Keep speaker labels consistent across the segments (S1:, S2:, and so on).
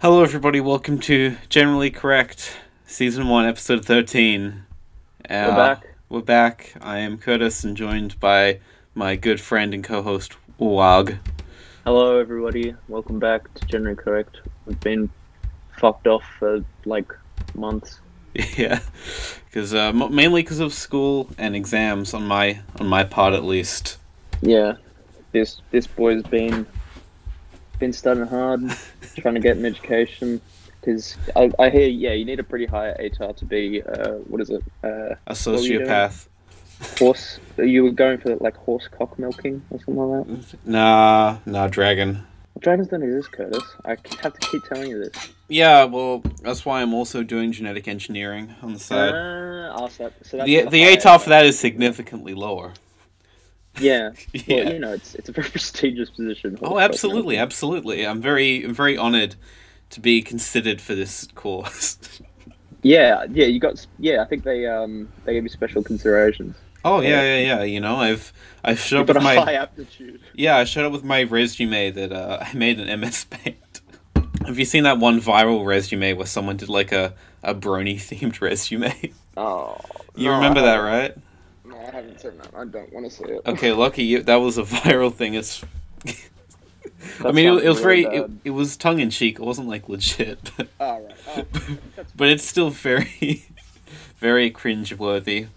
S1: Hello, everybody. Welcome to Generally Correct, Season 1, Episode 13. Uh,
S2: We're back.
S1: We're back. I am Curtis and joined by my good friend and co host, Wag.
S2: Hello, everybody. Welcome back to Generally Correct. We've been fucked off for like months.
S1: yeah. Cause, uh, m- mainly because of school and exams, on my on my part at least.
S2: Yeah, this this boy's been been studying hard, trying to get an education. Because I, I hear, yeah, you need a pretty high ATAR to be uh, what is it? Uh,
S1: A
S2: were you doing?
S1: sociopath.
S2: horse. You were going for like horse cock milking or something like that.
S1: Nah, nah, dragon.
S2: Dragons don't exist, Curtis. I have to keep telling you this.
S1: Yeah, well, that's why I'm also doing genetic engineering on the side.
S2: Uh, RSAP. So that's
S1: the
S2: a
S1: the
S2: high
S1: ATOF for that is significantly lower.
S2: Yeah.
S1: Yeah.
S2: Well, you know, it's it's a very prestigious position. horse cock
S1: Oh,
S2: milking.
S1: absolutely, absolutely. I'm very, I'm very honored to be considered for this course.
S2: Yeah, yeah, you got. Yeah, I think they um they gave you special considerations.
S1: oh yeah, yeah, yeah. You know, I've I showed
S2: You
S1: up
S2: got a
S1: with my
S2: high aptitude.
S1: yeah, I showed up with my resume that uh, I made an MS Paint. Have you seen that one viral resume where someone did like a a brony themed resume?
S2: Oh,
S1: you
S2: no,
S1: remember
S2: I
S1: that,
S2: haven't-
S1: right?
S2: No, I haven't seen that. I don't want to see it.
S1: Okay, lucky you. That was a viral thing. It's I mean, it, it was very it, it was tongue in cheek. It wasn't like legit, but,
S2: All right. Oh, that's-
S1: but it's still very, very cringeworthy.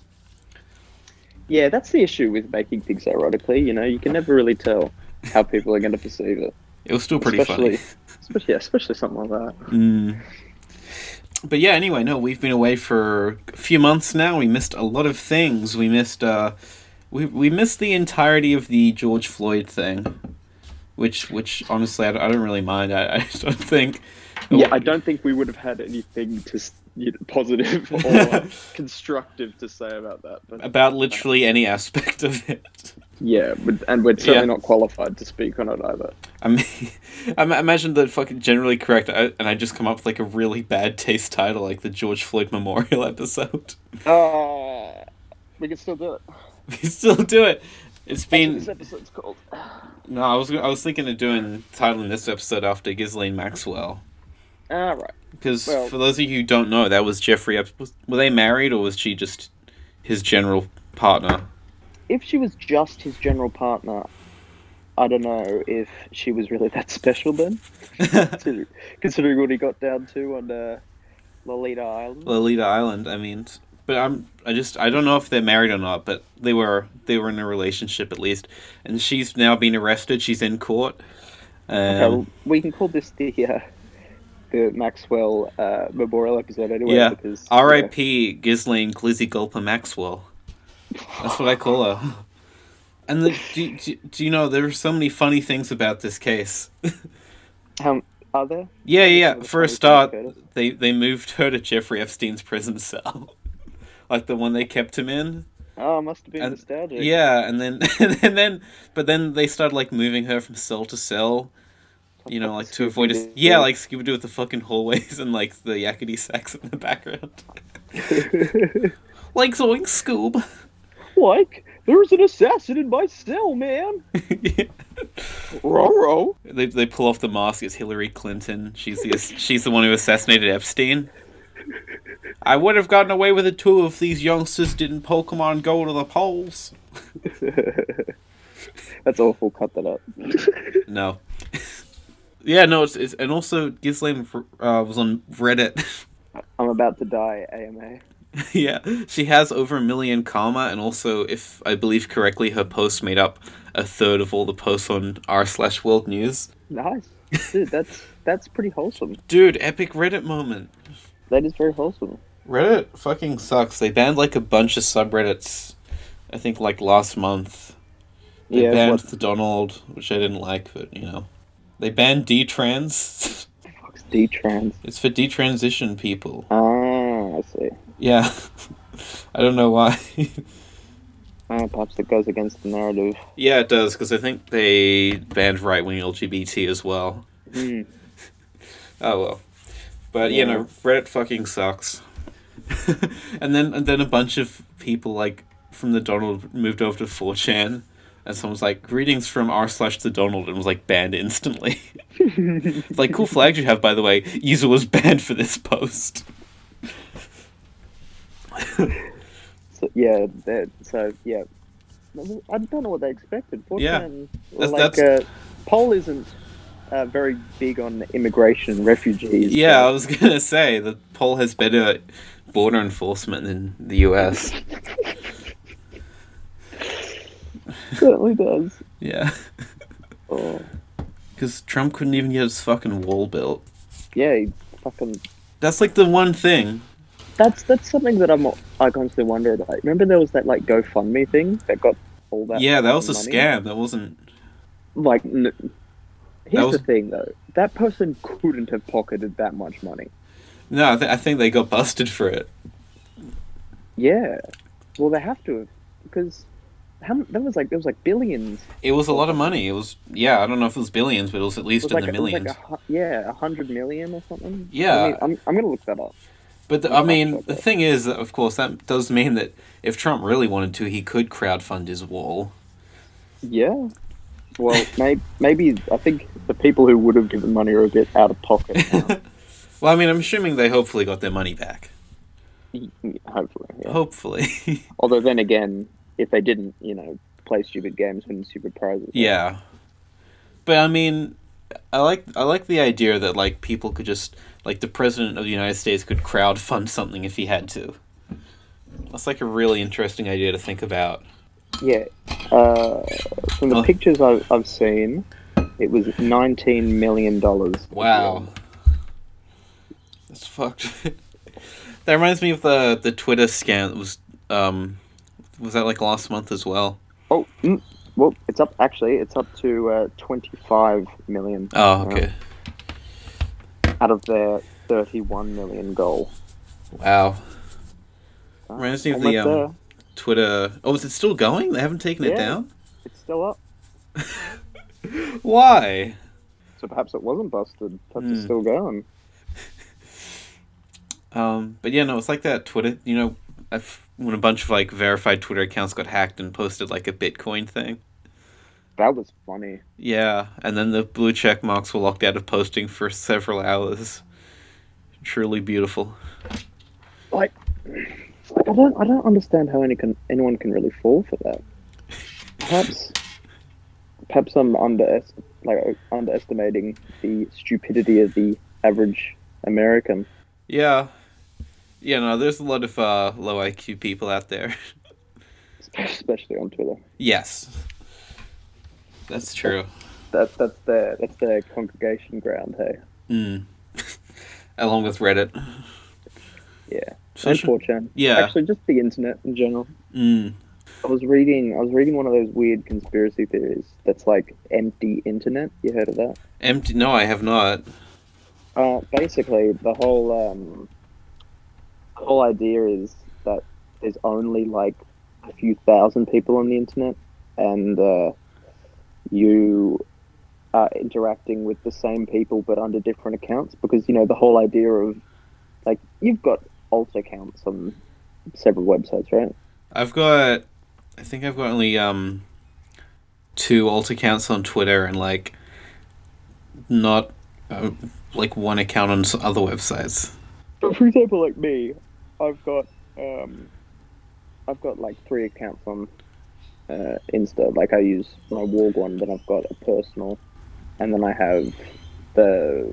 S2: yeah, that's the issue with making things ironically. You know, you can never really tell how people are going to perceive it.
S1: It was still pretty
S2: especially,
S1: funny.
S2: especially, yeah, especially something like that.
S1: Mm. But yeah, anyway, no, we've been away for a few months now. We missed a lot of things. We missed uh we we missed the entirety of the George Floyd thing. Which which honestly I, don't- I don't really mind. I, I just don't think
S2: Yeah, I don't think we would have had anything to s- you know, positive or constructive to say about that. But
S1: about literally any aspect of it.
S2: yeah, but- and we're certainly
S1: Yeah.
S2: not qualified to speak on it either.
S1: I mean, I ma- imagine that fucking generally correct, I, and I just come up with like a really bad taste title, like the George Floyd Memorial episode.
S2: Uh, we can still do it.
S1: we still do it. It's been
S2: this episode's called.
S1: No, I was gonna- I was thinking of doing titling this episode after Ghislaine Maxwell
S2: All right.
S1: because
S2: Well-
S1: for those of you who don't know, that was Jeffrey. Ep- was, were they married or was she just his general partner?
S2: If she was just his general partner, I don't know if she was really that special then, consider- considering what he got down to on uh, Lolita Island.
S1: Lolita Island. I mean, t- but I'm I just I don't know if they're married or not, but they were they were in a relationship at least, and she's now been arrested. She's in court. Um,
S2: Well, Uh, we can call this the uh, the Maxwell uh, memorial episode anyway.
S1: Yeah.
S2: Because,
S1: R.I.P. Ghislaine Glizzy Gulper Maxwell. That's what I call her. And the, do, do, do you know there are so many funny things about this case?
S2: yeah. How- are there?
S1: Yeah, yeah.
S2: Another
S1: For a
S2: funny thing
S1: start,
S2: about it.
S1: they they moved her to Jeffrey Epstein's prison cell, like the one they kept him in.
S2: Oh, it must have been
S1: And-
S2: nostalgic.
S1: Uh, Yeah, and then and then, but then they started like moving her from cell to cell. You know, like to avoid a yeah, like Scooby Doo with the fucking hallways and like the yakety sacks in the background. like zoink Scoob.
S2: like there's an assassin in my cell, man.
S1: Yeah.
S2: Roro.
S1: They they pull off the mask. It's Hillary Clinton. She's the she's the one who assassinated Epstein. I would have gotten away with it too if these youngsters didn't Pokemon Go to the polls.
S2: That's awful. Cut that up.
S1: No. yeah, no. It's, it's and also Ghislaine uh, was on Reddit.
S2: I'm about to die, AMA.
S1: yeah, she has over a million karma, and also, if I believe correctly, her posts made up a third of all the posts on r slash world news.
S2: Nice, dude. That's that's pretty wholesome.
S1: Dude, epic Reddit moment.
S2: That is very wholesome.
S1: Reddit fucking sucks. They banned like a bunch of subreddits. I think like last month. They
S2: Yeah,
S1: banned
S2: what
S1: the Donald, which I didn't like, but you know. They banned detrans.
S2: the fuck's D-trans?
S1: it's for detransition people.
S2: Ah, I see.
S1: Yeah. I don't know why.
S2: Ah, perhaps it goes against the narrative.
S1: yeah, it does because I think they banned right-wing LGBT as well.
S2: Hmm.
S1: Oh well. But you know, Reddit fucking sucks. and then and then a bunch of people like from the Donald moved over to 4chan and someone's like, Greetings from R slash the Donald and was like banned instantly. It's like cool flags you have, by the way. User was banned for this post.
S2: So, yeah, that, so yeah, I don't know what they expected.
S1: Yeah.
S2: Fortran,
S1: That's-
S2: like
S1: that's-
S2: Uh, Paul isn't uh, very big on immigration and refugees.
S1: Yeah, I was gonna say that Paul has better border enforcement than the U.S.
S2: but certainly does.
S1: Yeah,
S2: Oh,
S1: because Trump couldn't even get his fucking wall built.
S2: yeah, he fucking.
S1: That's like the one thing.
S2: That's that's something that I'm I constantly wonder. Like, remember there was that like GoFundMe thing that got all that.
S1: yeah, that was a
S2: money?
S1: scam. That wasn't.
S2: Like, n- here's
S1: was-
S2: the thing though. That person couldn't have pocketed that much money.
S1: No, I, th- I think they got busted for it.
S2: Yeah. Well, they have to have because how m- that was like there was like billions.
S1: It was a lot of money. It was yeah. I don't know if it was billions, but it was at
S2: It
S1: least
S2: was
S1: in
S2: like,
S1: the
S2: it was like
S1: millions.
S2: a hu- yeah, a hundred million or something.
S1: Yeah.
S2: I mean, I'm I'm gonna look that up.
S1: But the,
S2: Yeah,
S1: I mean,
S2: that's
S1: the
S2: okay.
S1: thing is, that, of course, that does mean that if Trump really wanted to, he could crowdfund his wall.
S2: Yeah. Well, maybe maybe I think the people who would have given money are a bit out of pocket. now.
S1: Well, I mean, I'm assuming they hopefully got their money back.
S2: Hopefully. yeah.
S1: Hopefully,
S2: Although then again, if they didn't, you know, play stupid games, win stupid prizes.
S1: yeah. But I mean, I like I like the idea that like people could just like the president of the United States could crowdfund something if he had to. That's like a really interesting idea to think about.
S2: Yeah. Uh, from the
S1: Oh.
S2: pictures I've, I've seen, it was nineteen million dollars.
S1: Wow. Um, That's fucked. that reminds me of the the Twitter scam that was um was that like last month as well?
S2: Oh, mm, well, it's up. Actually, it's up to uh, twenty-five million
S1: Oh, okay.
S2: out of their thirty-one million goal.
S1: Wow.
S2: Uh,
S1: Reminds me of
S2: and
S1: the
S2: that's,
S1: um,
S2: uh,
S1: Twitter Oh, is it still going? They haven't taken it
S2: Yeah.
S1: down?
S2: it's still up.
S1: Why?
S2: So perhaps it wasn't busted. Perhaps it's
S1: Hmm.
S2: still going.
S1: Um but yeah, no, it's like that Twitter you know, I've, when a bunch of like verified Twitter accounts got hacked and posted like a Bitcoin thing.
S2: That was funny.
S1: Yeah, and then the blue check marks were locked out of posting for several hours. Truly beautiful.
S2: Like, like I don't, I don't understand how any can, anyone can really fall for that. Perhaps, perhaps I'm under, like underestimating the stupidity of the average American.
S1: Yeah. Yeah, no, there's a lot of uh, low IQ people out there.
S2: especially on Twitter.
S1: yes. That's true.
S2: That that's their that's their congregation ground. Hey,
S1: Mm. Along with Reddit.
S2: yeah, and
S1: Social-
S2: 4chan.
S1: yeah.
S2: actually, just the internet in general.
S1: Mm.
S2: I was reading I was reading one of those weird conspiracy theories that's like empty internet. You heard of that?
S1: Empty. No, I have not.
S2: Uh, basically, the whole um, whole idea is that there's only like a few thousand people on the internet, and uh, you are interacting with the same people but under different accounts because you know the whole idea of like you've got alt accounts on several websites, right?
S1: I've got. I think I've got only um, two alt accounts on Twitter and like not uh, like one account on s- other websites.
S2: But for example, like me, I've got um, I've got like three accounts on uh, Insta. Like I use my Warg one, then I've got a personal, and then I have the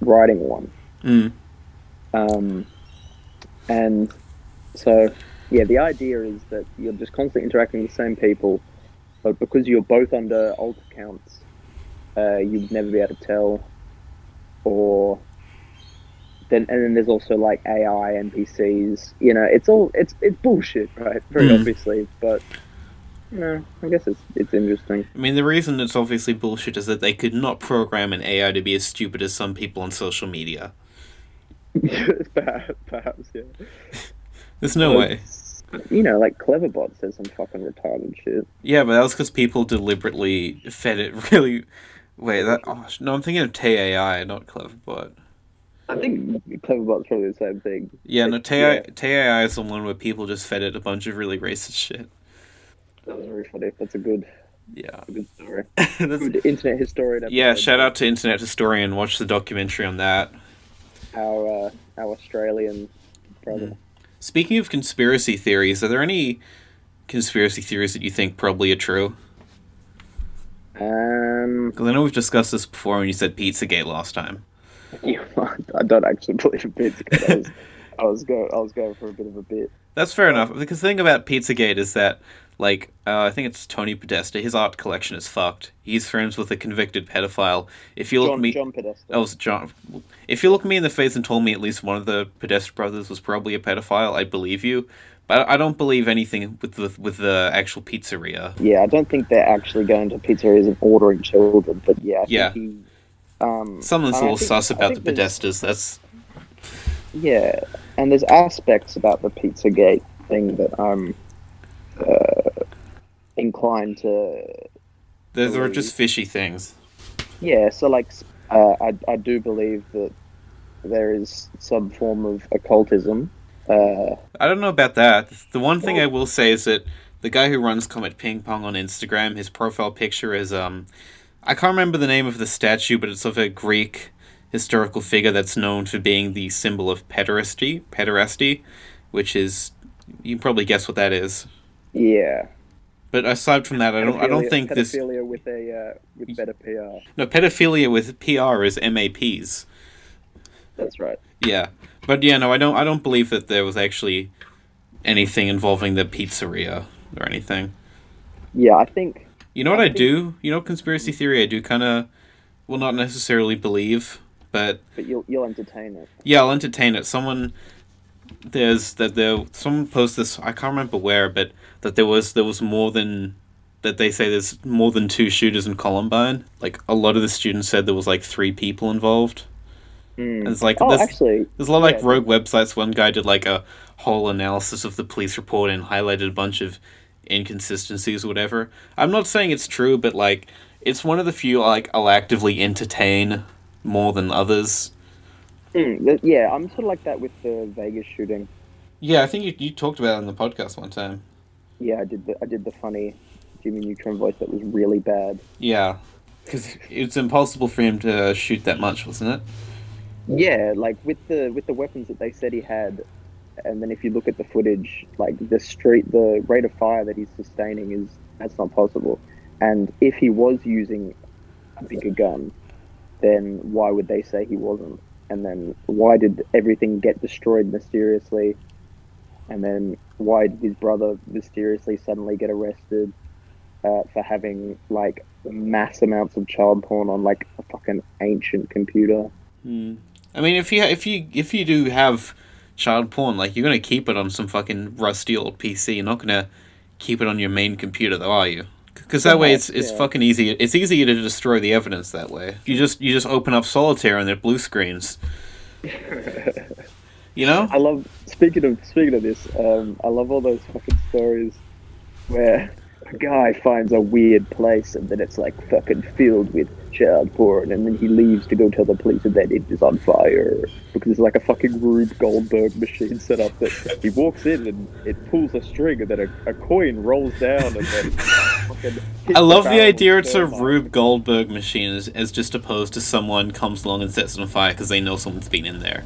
S2: writing one.
S1: Mm.
S2: Um, and so, yeah, the idea is that you're just constantly interacting with the same people, but because you're both under alt accounts, uh, you'd never be able to tell. Or then, and then there's also like AI NPCs. You know, it's all it's it's bullshit, right? Very
S1: Mm.
S2: obviously, but no, I guess it's it's interesting.
S1: I mean, the reason it's obviously bullshit is that they could not program an AI to be as stupid as some people on social media.
S2: perhaps, perhaps, yeah.
S1: There's no way.
S2: You know, like Cleverbot says some fucking retarded shit.
S1: Yeah, but that was because people deliberately fed it really. Wait, that. Oh, sh- no, I'm thinking of TAI, not Cleverbot.
S2: I think Cleverbot's probably the same thing.
S1: Yeah, no,
S2: It's-
S1: TAI,
S2: yeah.
S1: TAI is the one where people just fed it a bunch of really racist shit.
S2: That was very funny. That's a good
S1: Yeah.
S2: Good story.
S1: That's-
S2: Good internet historian.
S1: yeah,
S2: episode.
S1: shout out to Internet Historian. Watch the documentary on that.
S2: our uh, our Australian brother.
S1: Speaking of conspiracy theories, are there any conspiracy theories that you think probably are true?
S2: Um,
S1: Because I know we've discussed this before when you said Pizzagate last time.
S2: you, I don't actually believe in bits. 'cause I was, I was going, I was going for a bit of a bit.
S1: That's fair enough. Because the thing about Pizzagate is that, like, uh, I think it's Tony Podesta. His art collection is fucked. He's friends with a convicted pedophile. If you look
S2: John,
S1: me, Oh.
S2: John Podesta.
S1: that was John. If you look me in the face and told me at least one of the Podesta brothers was probably a pedophile, I believe you. But I don't believe anything with the, with the actual pizzeria.
S2: Yeah, I don't think they're actually going to pizzerias and ordering children, but yeah, I
S1: Yeah.
S2: think he. Um,
S1: Something's
S2: I
S1: a little
S2: think-
S1: sus
S2: I
S1: about the
S2: think there's-
S1: Podestas. That's
S2: Yeah, and there's aspects about the Pizzagate thing that I'm uh, inclined to
S1: there there are just fishy things.
S2: Yeah, so like uh, I, I do believe that there is some form of occultism. Uh,
S1: I don't know about that. The one thing I will say is that the guy who runs Comet Ping Pong on Instagram, his profile picture is um, I can't remember the name of the statue, but it's of a Greek historical figure that's known for being the symbol of pederasty, pederasty, which is you can probably guess what that is.
S2: yeah,
S1: But aside from that, I don't I don't
S2: Pedophilia-
S1: think this
S2: pedophilia with a uh, with better PR.
S1: no pedophilia with PR is MAPs.
S2: That's right.
S1: Yeah, but yeah, no, I don't. I don't believe that there was actually anything involving the pizzeria or anything.
S2: Yeah, I think
S1: You know what I,
S2: I think-
S1: do? You know, conspiracy theory. I do kind of, well, not necessarily believe, but
S2: but you'll you'll entertain it.
S1: yeah, I'll entertain it. Someone there's that there someone posted this. I can't remember where, but that there was there was more than that they say there's more than two shooters in Columbine. Like a lot of the students said there was like three people involved.
S2: Hmm.
S1: And it's like
S2: Oh,
S1: this-
S2: actually,
S1: There's a lot of like
S2: Yeah.
S1: rogue websites. One guy did like a whole analysis of the police report and highlighted a bunch of inconsistencies or whatever. I'm not saying it's true, but like it's one of the few like I'll actively entertain more than others.
S2: hmm, th- yeah, I'm sort of like that with the Vegas shooting.
S1: Yeah, I think you, you talked about it on the podcast one time.
S2: Yeah, I did the I did the funny Jimmy Neutron voice that was really bad.
S1: Yeah. Because it's impossible for him to shoot that much, wasn't it?
S2: Yeah, like with the with the weapons that they said he had, and then if you look at the footage, like the street, the rate of fire that he's sustaining is that's not possible. And if he was using a bigger gun, then why would they say he wasn't? And then why did everything get destroyed mysteriously? And then why did his brother mysteriously suddenly get arrested uh, for having like mass amounts of child porn on like a fucking ancient computer?
S1: Mm. I mean, if you if you if you do have child porn, like you're gonna keep it on some fucking rusty old PC. You're not gonna keep it on your main computer, though, are you? Because that way, it's it's
S2: Yeah.
S1: fucking easy. It's easier to destroy the evidence that way. You just you just open up Solitaire and they're blue screens. you know?
S2: I love speaking of speaking of this. Um, I love all those fucking stories where a guy finds a weird place and then it's like fucking filled with child porn, and then he leaves to go tell the police, and then it is on fire because it's like a fucking Rube Goldberg machine set up that he walks in and it pulls a string, and then a, a coin rolls down, and then. fucking hits
S1: I love the
S2: barrel
S1: idea.
S2: with
S1: It's a
S2: thermite.
S1: Rube Goldberg machine, as, as just opposed to someone comes along and sets it on fire because they know someone's been in there.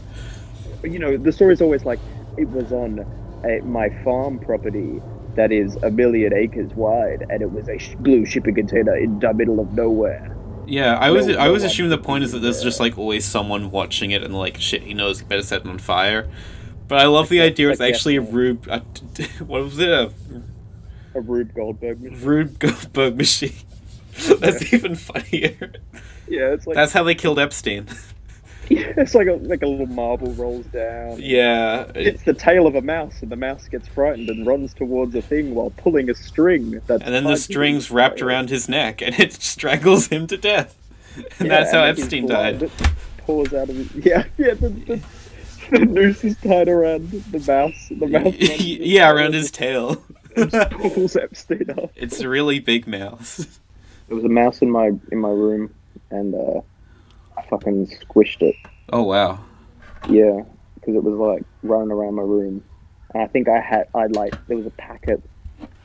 S2: you know, the story's always like, it was on uh my farm property that is a million acres wide, and it was a sh- blue shipping container in the middle of nowhere.
S1: Yeah, I was
S2: No-
S1: I
S2: no
S1: was
S2: one
S1: assuming the
S2: would
S1: point is that there's
S2: there.
S1: just like always someone watching it and like shit he knows he better set it on fire. But I love the idea it's
S2: like, yeah.
S1: actually a Rube a, what was it a
S2: A Rube Goldberg machine.
S1: Rube Goldberg machine. That's even funnier.
S2: Yeah, it's like
S1: That's how they killed Epstein.
S2: it's like a like a little marble rolls down.
S1: Yeah.
S2: It's the tail of a mouse, and the mouse gets frightened and runs towards a thing while pulling a string. That's
S1: And then the string's wrapped around his neck and it strangles him to death. And
S2: Yeah,
S1: that's how
S2: and then he's
S1: Epstein
S2: blind.
S1: died.
S2: It pours out of his yeah yeah. The, the, the noose is tied around the mouse. The mouse. runs to the
S1: yeah,
S2: tail
S1: around
S2: and
S1: his tail.
S2: pulls Epstein up.
S1: it's a really big mouse.
S2: There was a mouse in my in my room, and uh, I fucking squished it.
S1: Oh wow.
S2: Yeah, because it was like running around my room, and I think I had I like there was a packet,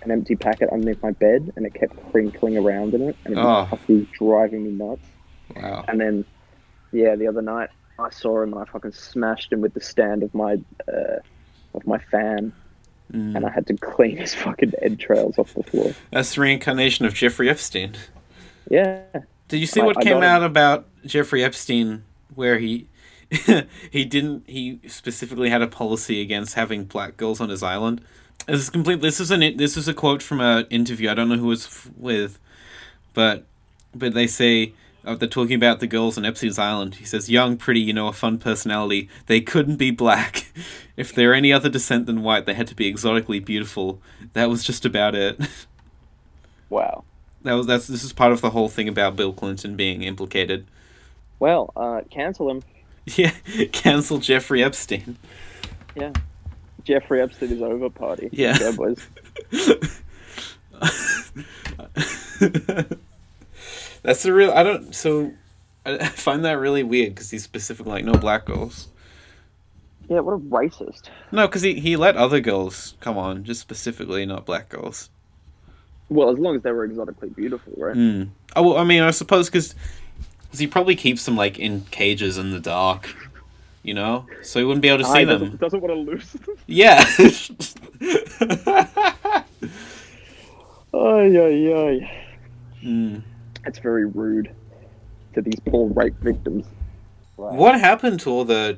S2: an empty packet underneath my bed, and it kept crinkling around in it, and it was
S1: Oh.
S2: fucking driving me nuts.
S1: Wow.
S2: And then, yeah, the other night I saw him and I fucking smashed him with the stand of my uh, of my fan,
S1: Mm.
S2: and I had to clean his fucking entrails off the floor.
S1: That's the reincarnation of Jeffrey Epstein.
S2: Yeah,
S1: Did you see
S2: I-
S1: what
S2: I
S1: came
S2: got it.
S1: out about Jeffrey Epstein where he he didn't he specifically had a policy against having black girls on his island? This is complete this is an this is a quote from an interview. I don't know who it's f- with, but but they say uh, they're talking about the girls on Epstein's island. He says, "Young, pretty, you know, a fun personality. They couldn't be black. If they're any other descent than white, they had to be exotically beautiful. That was just about it."
S2: wow.
S1: That was that's this is part of the whole thing about Bill Clinton being implicated.
S2: Well, uh, cancel him.
S1: Yeah, cancel Jeffrey Epstein.
S2: Jeffrey Epstein is over party.
S1: Yeah.
S2: Go, boys.
S1: That's the real. I don't. So I I find that really weird because he's specific, like no black girls.
S2: Yeah, what a racist.
S1: No, because he he let other girls come on, just specifically not black girls.
S2: Well, as long as they were exotically beautiful, right?
S1: Mm. Oh, well, I mean, I suppose because he probably keeps them like in cages in the dark, you know, so he wouldn't be able to
S2: Ah,
S1: see
S2: he
S1: them.
S2: Doesn't, doesn't want to lose them.
S1: Yeah.
S2: Ay, ay, ay.
S1: Mm.
S2: That's very rude to these poor rape victims.
S1: What happened to all the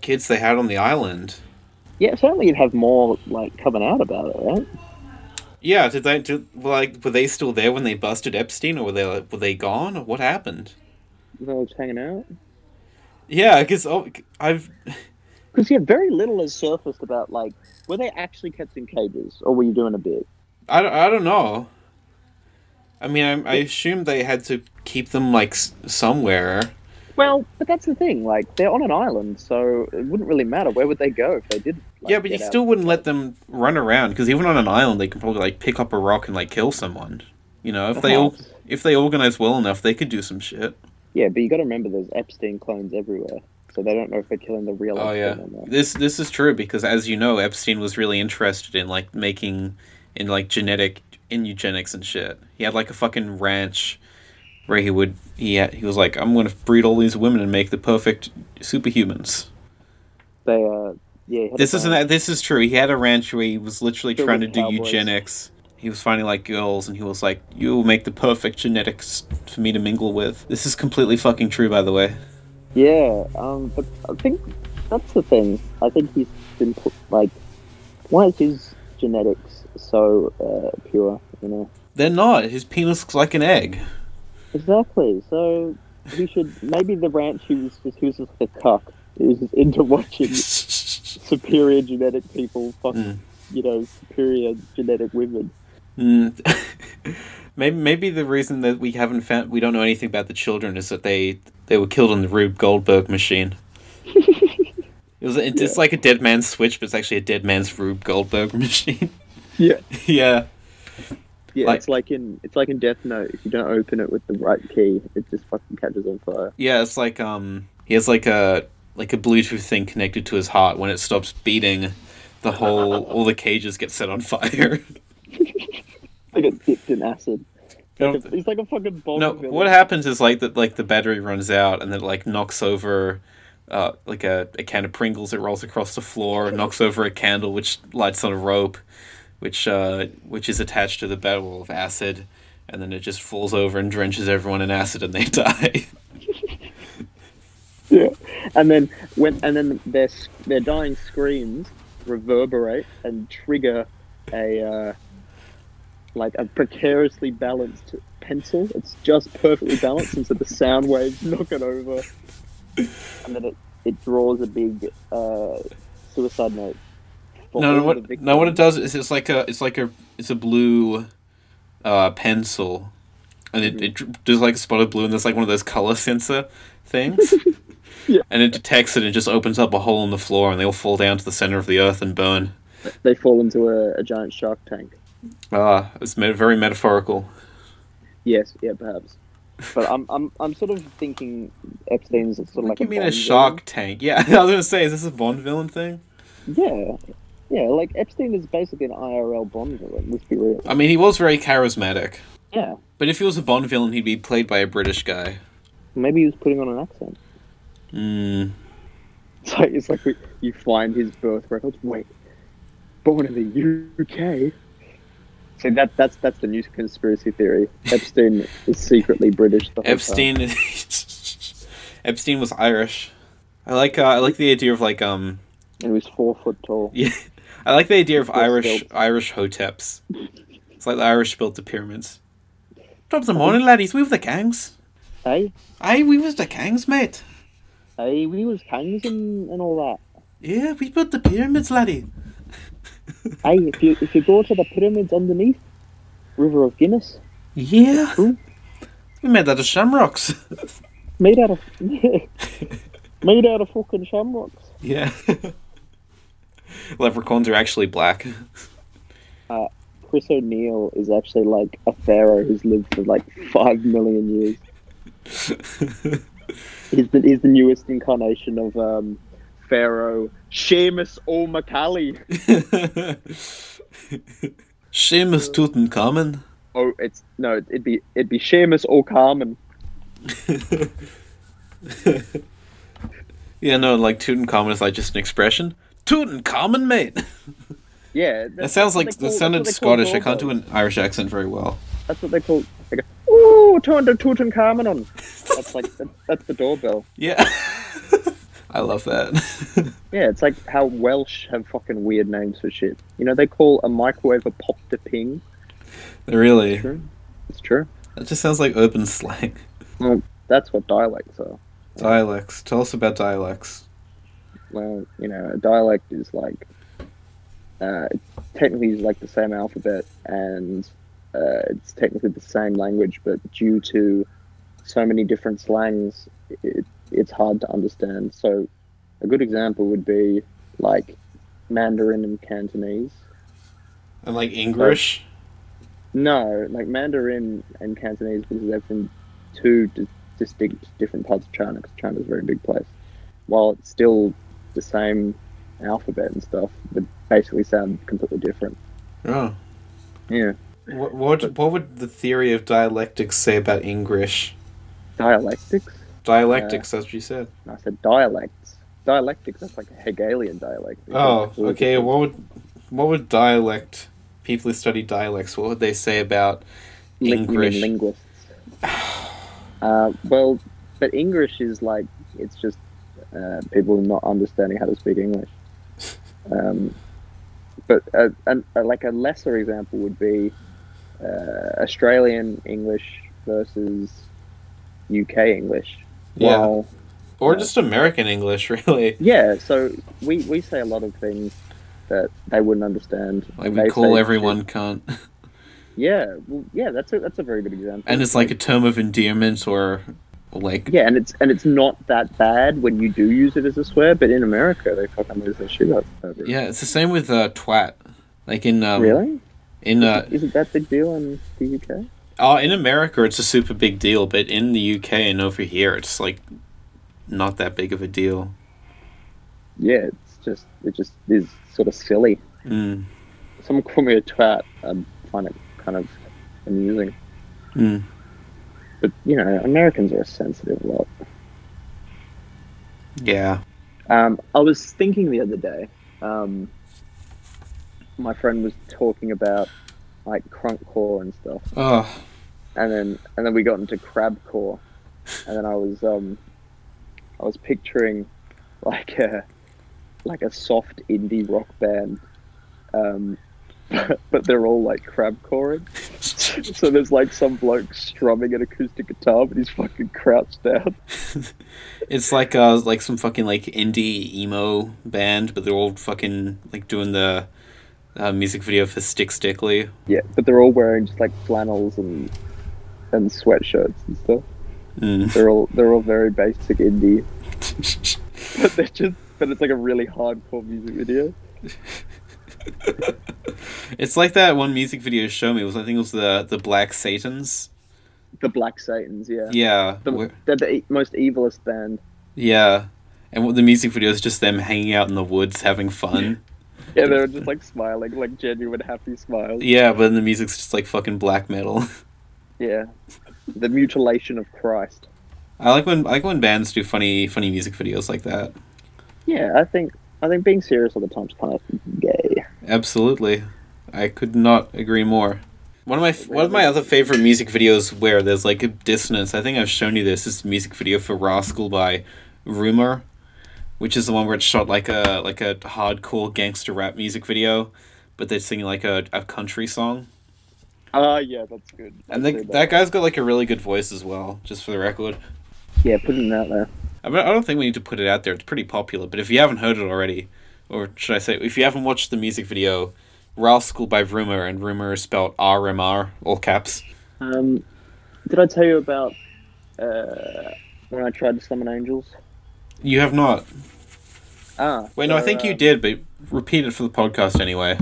S1: kids they had on the island?
S2: Yeah, certainly you'd have more, like, coming out about it, right?
S1: Yeah, did they did, like were they still there when they busted Epstein, or were they like, were they gone, or what happened?
S2: They were just hanging out.
S1: Yeah, because oh, I've
S2: Because, yeah, very little has surfaced about, like, were they actually kept in cages, or were you doing a bit?
S1: I don't, I don't know. I mean, I, I assume they had to keep them like s- somewhere.
S2: Well, but that's the thing, like, they're on an island, so it wouldn't really matter. Where would they go if they did? Like,
S1: yeah, but you
S2: get out?
S1: still wouldn't let them run around because even on an island, they can probably like pick up a rock and like kill someone. You know, if they all
S2: Perhaps.
S1: if they organize well enough, they could do some shit.
S2: Yeah, but you got to remember there's Epstein clones everywhere, so they don't know if they're killing the real
S1: Oh yeah,
S2: Epstein or not.
S1: this this is true because as you know, Epstein was really interested in like making in like genetic in eugenics and shit. He had like a fucking ranch where he would he had, he was like, I'm gonna breed all these women and make the perfect superhumans.
S2: They, uh, yeah.
S1: This isn't that. This is true. He had a ranch where he was literally
S2: Filled
S1: trying to
S2: with
S1: do
S2: cowboys.
S1: eugenics. He was finding like girls, and he was like, "You will make the perfect genetics for me to mingle with." This is completely fucking true, by the way.
S2: Yeah, um, but I think that's the thing. I think he's been put like, why is his genetics so uh, pure? You know,
S1: They're not. His penis looks like an egg.
S2: exactly. So he should maybe the ranch. He was just he was just like a cuck. He was just into watching superior genetic people fuck,
S1: Mm.
S2: you know, superior genetic women.
S1: Mm. maybe maybe the reason that we haven't found we don't know anything about the children is that they they were killed on the Rube Goldberg machine. it was it's
S2: Yeah.
S1: like a dead man's switch, but it's actually a dead man's Rube Goldberg machine.
S2: Yeah,
S1: yeah,
S2: yeah.
S1: Like-
S2: it's like in it's like in Death Note. If you don't open it with the right key, it just fucking catches on fire.
S1: yeah. It's like um he has like a like a Bluetooth thing connected to his heart. When it stops beating, the whole all the cages get set on fire.
S2: I got dipped in acid.
S1: No,
S2: It's like a fucking bomb.
S1: no,
S2: villain.
S1: what happens is like that like the battery runs out and then it like knocks over uh, like a, a can of Pringles it rolls across the floor, knocks over a candle which lights on a rope, which uh, which is attached to the barrel of acid, and then it just falls over and drenches everyone in acid and they die.
S2: Yeah. And then when and then their s- their dying screams reverberate and trigger a uh, like a precariously balanced pencil. It's just perfectly balanced, and so the sound waves knock it over, and then it it draws a big uh, suicide note. for
S1: no, no,
S2: all
S1: what
S2: the
S1: no, what it
S2: victims.
S1: does is it's like a it's like a it's a blue uh, pencil, and it,
S2: Mm-hmm.
S1: it dr- does like a spot of blue, and there's like one of those color sensor things,
S2: Yeah.
S1: and it detects it and just opens up a hole in the floor, and they all fall down to the center of the earth and burn.
S2: They fall into a, a giant shark tank.
S1: Ah, it's me- very metaphorical.
S2: Yes, yeah, perhaps. But I'm, I'm, I'm sort of thinking Epstein's sort of like
S1: you mean a
S2: Bond
S1: shark tank? Yeah, I was gonna say, is this a Bond villain thing?
S2: villain. Yeah, Yeah, like Epstein is basically an IRL Bond villain. Let's be real.
S1: I mean, he was very charismatic.
S2: Yeah,
S1: But if he was a Bond villain, he'd be played by a British guy.
S2: maybe he was putting on an accent.
S1: Mm.
S2: It's like it's like we, you find his birth records. Wait, born in the UK. See that that's that's the new conspiracy theory. Epstein is secretly British. the whole time.
S1: Epstein. Epstein was Irish. I like. Uh, I like the idea of like. Um.
S2: and he was four foot tall.
S1: Yeah. I like the idea of
S2: Of course,
S1: Irish
S2: built.
S1: Irish hoteps. It's like the Irish built the pyramids. Drop the morning, laddies. We were the gangs.
S2: Hey,
S1: Aye, we was the gangs, mate.
S2: hey, he was kings and, and all
S1: Yeah, we built the pyramids, laddie.
S2: that. hey, if you if you go to the pyramids underneath, River of Guinness,
S1: Yeah.
S2: Who?
S1: We made that of shamrocks.
S2: made out of made out of fucking shamrocks.
S1: yeah. Leprechauns are actually black.
S2: Chris O'Neill is actually like a pharaoh who's lived for like five million years. He's the, he's the newest incarnation of um, Pharaoh Seamus O'Macally.
S1: Seamus Tutankhamun.
S2: Oh, it's no, it'd be it'd be Seamus O'Carmen.
S1: Yeah, no, like Tutankhamun is like just an expression. Tutankhamun, mate.
S2: Yeah,
S1: That
S2: that's-
S1: sounds
S2: that's what
S1: like
S2: they
S1: that
S2: call-
S1: sounded
S2: that's what they
S1: Scottish.
S2: call
S1: I can't do
S2: Volvos.
S1: an Irish accent very well.
S2: That's what they call. They go, Ooh, turn the Tutankhamun on. That's like that, that's the doorbell.
S1: Yeah, I love that.
S2: Yeah, it's like how Welsh have fucking weird names for shit. You know, they call a microwave a pop to ping.
S1: really,
S2: True, it's true.
S1: that just sounds like urban slang.
S2: Well, that's what dialects are.
S1: Dialects. Tell us about dialects.
S2: well, you know, a dialect is like uh, technically is like the same alphabet and uh, it's technically the same language, but due to so many different slangs, it, it's hard to understand. So, a good example would be like Mandarin and Cantonese.
S1: And like English.
S2: No, like Mandarin and Cantonese because they're from two di- distinct different parts of China because China's a very big place. While it's still the same alphabet and stuff, they basically sound completely different.
S1: Oh.
S2: Yeah,
S1: What, what what would the theory of dialectics say about English?
S2: dialectics.
S1: Dialectics, as you said.
S2: And I said dialects. Dialectics. That's like a Hegelian dialect.
S1: Oh, okay. What would what would dialect people who study dialects? What would they say about
S2: Ling- you mean
S1: English?
S2: linguists. uh, well, but English is like it's just uh, people not understanding how to speak English. Um, but uh an uh like a lesser example would be uh, Australian English versus UK English.
S1: Yeah.
S2: While-
S1: or just American English, really?
S2: yeah. So we we say a lot of things that they wouldn't understand.
S1: Like
S2: They
S1: we call
S2: say-
S1: everyone cunt.
S2: Yeah, well, yeah. That's a that's a very good example.
S1: and it's like a term of endearment or like
S2: Yeah, and it's and it's not that bad when you do use it as a swear, but in America they fucking lose their shit up over it.
S1: yeah it's the same with uh twat like in um
S2: really?
S1: in uh
S2: Is it that big deal in the UK?
S1: oh in america it's a super big deal but in the uk and over here it's like not that big of a deal
S2: Yeah, it's just it just is sort of silly.
S1: mm.
S2: Someone called me a twat. I find it kind of amusing.
S1: Mm.
S2: But you know, Americans are a sensitive lot.
S1: yeah
S2: Um, I was thinking the other day. Um, my friend was talking about like crunkcore and stuff.
S1: oh
S2: and then and then we got into crabcore, and then I was um, I was picturing like a like a soft indie rock band, um, but, they're all like crabcoring. So there's like some bloke strumming an acoustic guitar, but he's fucking crouched down.
S1: it's like uh like some fucking like indie emo band but they're all fucking like doing the uh, music video for stick stickly
S2: Yeah, but they're all wearing just like flannels and and sweatshirts and stuff.
S1: mm.
S2: They're all they're all very basic indie, but they're just but it's like a really hardcore music video.
S1: it's like that one music video show me was i think it was the the black satans
S2: The Black Satans, yeah.
S1: yeah
S2: The,
S1: where-
S2: they're the e- most evilest band.
S1: Yeah. And what the music video is just them hanging out in the woods having fun.
S2: Yeah, they were just like smiling, like genuine happy smiles.
S1: Yeah, but then the music's just like fucking black metal.
S2: Yeah, the mutilation of Christ.
S1: I like when I like when bands do funny funny music videos like that.
S2: Yeah, I think I think being serious all the time's kind of gay.
S1: Absolutely, I could not agree more. One of my f- one of my other favorite music videos where there's like a dissonance. I think I've shown you this. This is a music video for Rascal by Rumor, which is the one where it's shot like a like a hardcore gangster rap music video, but they're singing like a, a country song.
S2: Ah, yeah, that's good.
S1: And
S2: I'd
S1: the,
S2: say
S1: that guy's got like a really good voice as well. Just for the record,
S2: Yeah, putting that there.
S1: I, mean, I don't think we need to put it out there. It's pretty popular, but if you haven't heard it already, or should I say, if you haven't watched the music video, Rascal by Rumor, and Rumor is spelled R M R, all caps.
S2: Um, did I tell you about uh, when I tried to summon angels?
S1: You have not.
S2: Ah,
S1: Wait, no, I
S2: so,
S1: think you
S2: um,
S1: did, but repeat it for the podcast anyway.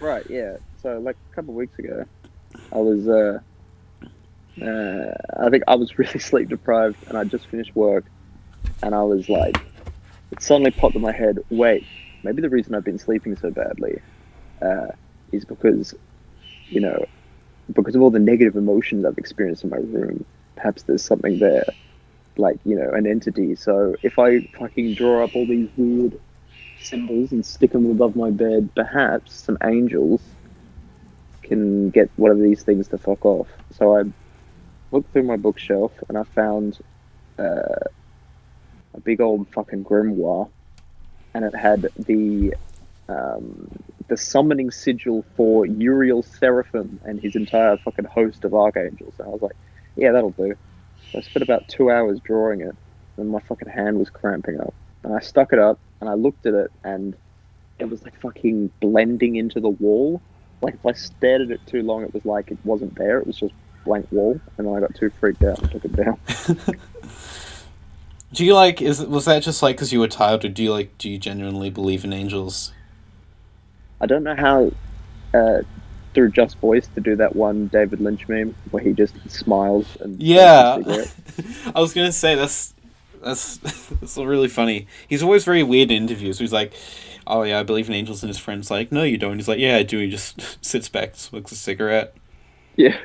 S2: Right, yeah. So like a couple of weeks ago, I was uh, uh, I think I was really sleep deprived, and I just finished work, and I was like, it suddenly popped in my head. Wait, maybe the reason I've been sleeping so badly uh, is because, you know, because of all the negative emotions I've experienced in my room. Perhaps there's something there, like you know, an entity. So if I fucking draw up all these weird symbols and stick them above my bed, perhaps some angels can get one of these things to fuck off. So I looked through my bookshelf and I found uh, a big old fucking grimoire, and it had the um, the summoning sigil for Uriel Seraphim and his entire fucking host of archangels. And I was like, yeah, that'll do. So I spent about two hours drawing it, and my fucking hand was cramping up and I stuck it up and I looked at it and it was like fucking blending into the wall. Like if I stared at it too long, it was like it wasn't there. It was just blank wall, and then I got too freaked out and took it down.
S1: Do you like? Is was that just like because you were tired, or do you like? Do you genuinely believe in angels?
S2: I don't know how uh, through Just Voice to do that one David Lynch meme where he just smiles and
S1: Yeah,
S2: smokes a cigarette.
S1: I was gonna say that's that's that's really funny. He's always very weird in interviews. He's like, "Oh yeah, I believe in angels," and his friends like, "No, you don't." He's like, "Yeah, I do." He just sits back, smokes a cigarette.
S2: Yeah,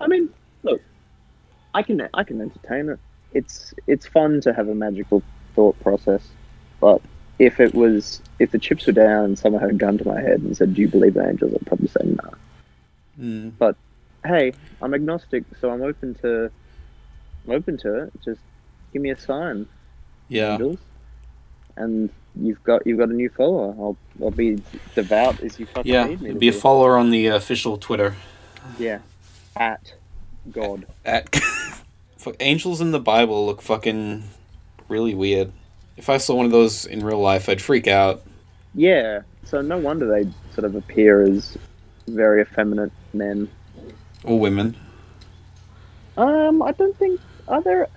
S2: I mean, look, I can I can entertain it. It's it's fun to have a magical thought process, but if it was if the chips were down, and someone had a gun to my head and said, "Do you believe in angels?" I'd probably say no.
S1: Mm.
S2: Hey, I'm agnostic, so I'm open to I'm open to it. Just give me a sign,
S1: Yeah,
S2: angels, and you've got you've got a new follower. I'll I'll be devout as you fucking
S1: yeah.
S2: need me. to
S1: Be, a follower on the official Twitter
S2: yeah, at God.
S1: at. Fuck, angels in the Bible look fucking really weird. If I saw one of those in real life, I'd freak out.
S2: Yeah, so no wonder they sort of appear as very effeminate men.
S1: Or women.
S2: Um, I don't think are there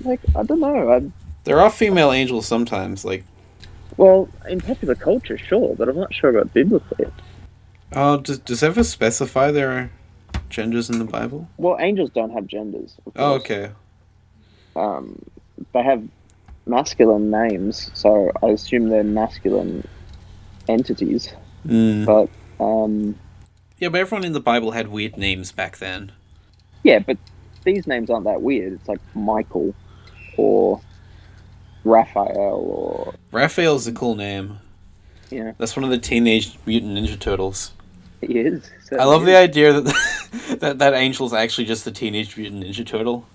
S2: like I don't know. I,
S1: There are female angels sometimes, like
S2: well, in popular culture, sure, but I'm not sure about biblically.
S1: Oh, does does it ever specify there are genders in the Bible?
S2: Well, angels don't have genders. of
S1: Oh,
S2: course.
S1: okay.
S2: Um, they have masculine names, so I assume they're masculine entities.
S1: Mm.
S2: But um,
S1: Yeah, but everyone in the Bible had weird names back then.
S2: Yeah, but these names aren't that weird. It's like Michael or Raphael or
S1: Raphael's a cool name.
S2: Yeah.
S1: That's one of the Teenage Mutant Ninja Turtles.
S2: he is.
S1: I love
S2: the
S1: the idea that that that angel's actually just the Teenage Mutant Ninja Turtle.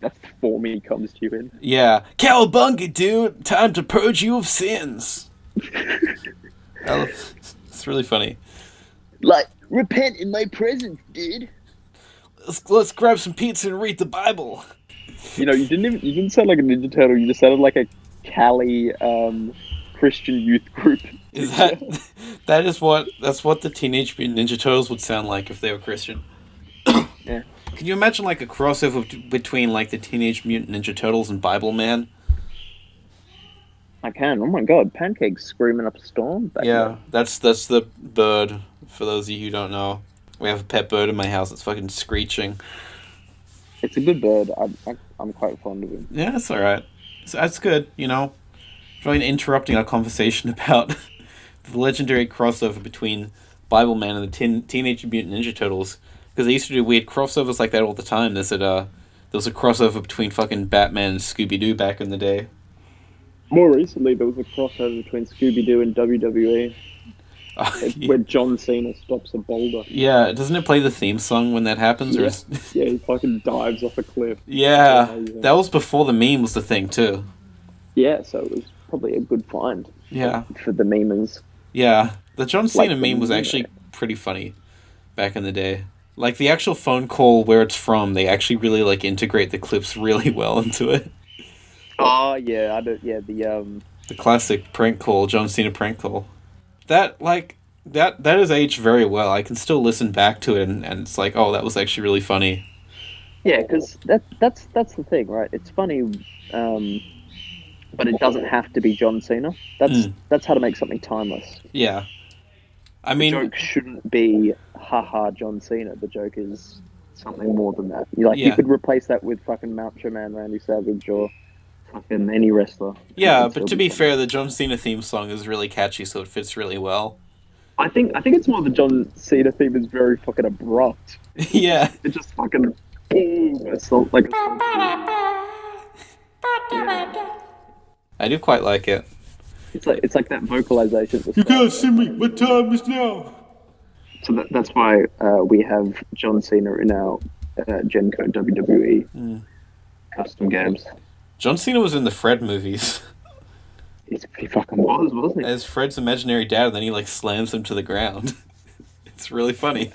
S2: That's the form he comes to you in.
S1: Yeah, cowabunga, dude! Time to purge you of sins. I love- it's really funny.
S2: Like, repent in my presence, dude.
S1: Let's let's grab some pizza and read the Bible.
S2: You know, you didn't even, you didn't sound like a Ninja Turtle. You just sounded like a Cali um, Christian youth group.
S1: Is that that is what that's what the Teenage Mutant Ninja Turtles would sound like if they were Christian?
S2: Yeah.
S1: Can you imagine like a crossover bet- between like the Teenage Mutant Ninja Turtles and Bible Man?
S2: I can. Oh my god, pancakes screaming up a storm. Back
S1: Yeah, that's that's the bird. For those of you who don't know, we have a pet bird in my house. It's fucking screeching.
S2: there. it's a good bird. I, I, I'm quite fond of him.
S1: Yeah, that's all right. So that's good. You know, trying interrupting our conversation about the legendary crossover between Bible Man and the teen, Teenage Mutant Ninja Turtles because they used to do weird crossovers like that all the time. There's a uh, there was a crossover between fucking Batman and Scooby Doo back in the day.
S2: More recently, there was a crossover between Scooby Doo and WWE where John Cena stops a boulder.
S1: Uh, yeah, doesn't it play the theme song when that happens? Or
S2: Yeah,
S1: is-
S2: yeah, he fucking dives off a cliff.
S1: yeah,
S2: Amazing.
S1: that was before the meme was the thing too.
S2: Yeah, so it was probably a good find
S1: Yeah,
S2: for the memers.
S1: yeah, the John Cena
S2: the
S1: meme was
S2: meme.
S1: actually pretty funny back in the day. Like the actual phone call where it's from, they actually really like integrate the clips really well into it.
S2: Oh yeah, I don't, yeah the um
S1: The classic prank call, John Cena prank call. That like that that is aged very well. I can still listen back to it and, and it's like, oh, that was actually really funny.
S2: yeah because that that's that's the thing right. It's funny, um, but it doesn't have to be John Cena. That's
S1: Mm.
S2: that's how to make something timeless.
S1: Yeah. I
S2: The
S1: mean
S2: joke shouldn't be haha John Cena. The joke is something more than that. You like
S1: Yeah.
S2: you could replace that with fucking Macho Man Randy Savage or fucking any wrestler.
S1: Yeah,
S2: It'd
S1: but to
S2: still
S1: be
S2: funny.
S1: fair, the John Cena theme song is really catchy, so it fits really well.
S2: I think I think it's more the John Cena theme is very fucking abrupt.
S1: yeah,
S2: It just fucking boom. It's not like
S1: I do quite like it.
S2: it's like it's like that vocalization. at the start.
S1: guys see me. What time is now?
S2: So that, that's why uh, we have John Cena in our uh, Gen Code WWE E custom games.
S1: John Cena was in the Fred movies
S2: He's he fucking was, wasn't he?
S1: as Fred's imaginary dad, and then he like slams him to the ground. it's really funny.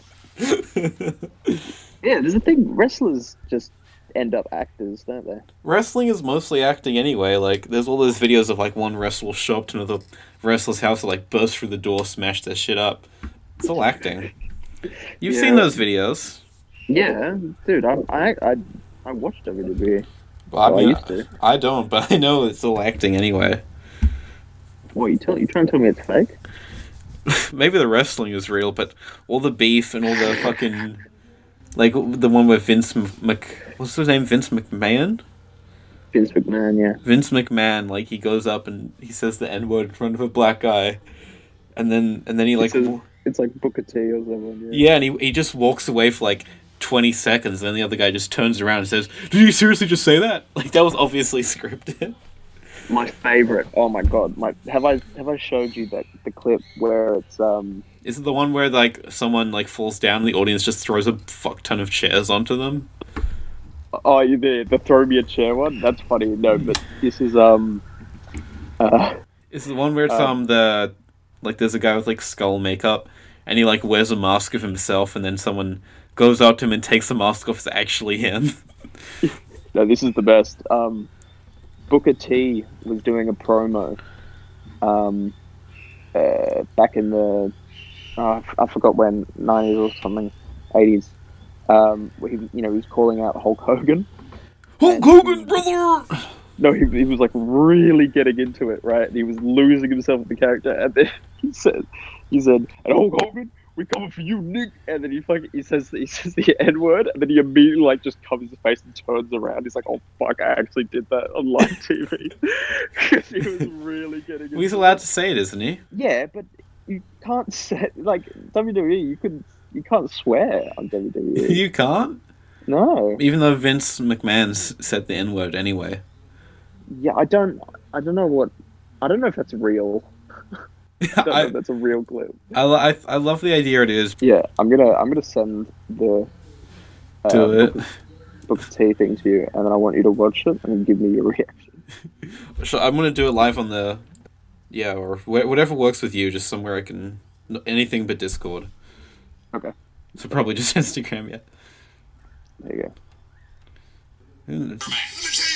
S2: Yeah, there's a thing. Wrestlers just end up actors, don't they?
S1: Wrestling is mostly acting anyway. Like, there's all those videos of like one wrestler will show up to another wrestler's house and like burst through the door, smash their shit up. It's all acting. You've seen
S2: Yeah.
S1: those videos.
S2: Yeah, dude. I I I, I watched E. WWE.
S1: Well, I,
S2: Well, Oh, I
S1: mean,
S2: used to.
S1: I don't, but I know it's all acting anyway.
S2: What you tell you trying to tell me it's fake?
S1: Maybe the wrestling is real, but all the beef and all the fucking like the one with Vince M- Mc what's his name Vince McMahon
S2: Vince McMahon, yeah.
S1: Vince McMahon like he goes up and he says the n word in front of a black guy, and then and then he like
S2: it's, a-
S1: w-
S2: it's like Booker T or someone. Yeah.
S1: yeah and he he just walks away for like. 20 seconds and then the other guy just turns around and says did you seriously just say that like that was obviously scripted
S2: My favorite. Oh my god. My have I have I showed you that the clip where it's um
S1: is it the one where like someone like falls down and the audience just throws a fuck ton of chairs onto them
S2: oh you the the throw me a chair one? That's funny. No, but this is um uh,
S1: Is the one where it's
S2: Uh,
S1: um the like there's a guy with like skull makeup and he like wears a mask of himself and then someone goes up to him and takes the mask off it's actually him.
S2: no, this is the best. Um, Booker T was doing a promo um uh, back in the oh, I f- I forgot when nineties or something eighties. Um, where he you know he was calling out Hulk Hogan.
S1: Hulk Hogan, brother.
S2: No, he, he was like really getting into it, right? He was losing himself with the character, and then he said, he said, and Hulk Hogan, we coming for you, Nick. And then he fucking he says he says the N word, and then he immediately like just covers his face and turns around. He's like, oh fuck, I actually did that on live TV. 'Cause he was really getting.
S1: Well, he's
S2: into it.
S1: allowed to say it, isn't he?
S2: Yeah, but you can't say like WWE. You could you can't swear on WWE.
S1: You can't.
S2: no.
S1: Even though Vince McMahon s- said the N word anyway.
S2: Yeah, I don't. I don't know what. I don't know if that's real. I don't know
S1: I,
S2: if that's a real clip.
S1: I, lo- I, I love the idea it is.
S2: Yeah, I'm gonna I'm gonna send the uh,
S1: Do it.
S2: Booker T thing to you, and then I want you to watch it and give me your reaction.
S1: So I'm gonna do it live on the, yeah, or wh- whatever works with you. Just somewhere I can, n- anything but Discord.
S2: Okay.
S1: So probably just Instagram. Yeah.
S2: There you go.
S1: Mm.
S3: Let me tell you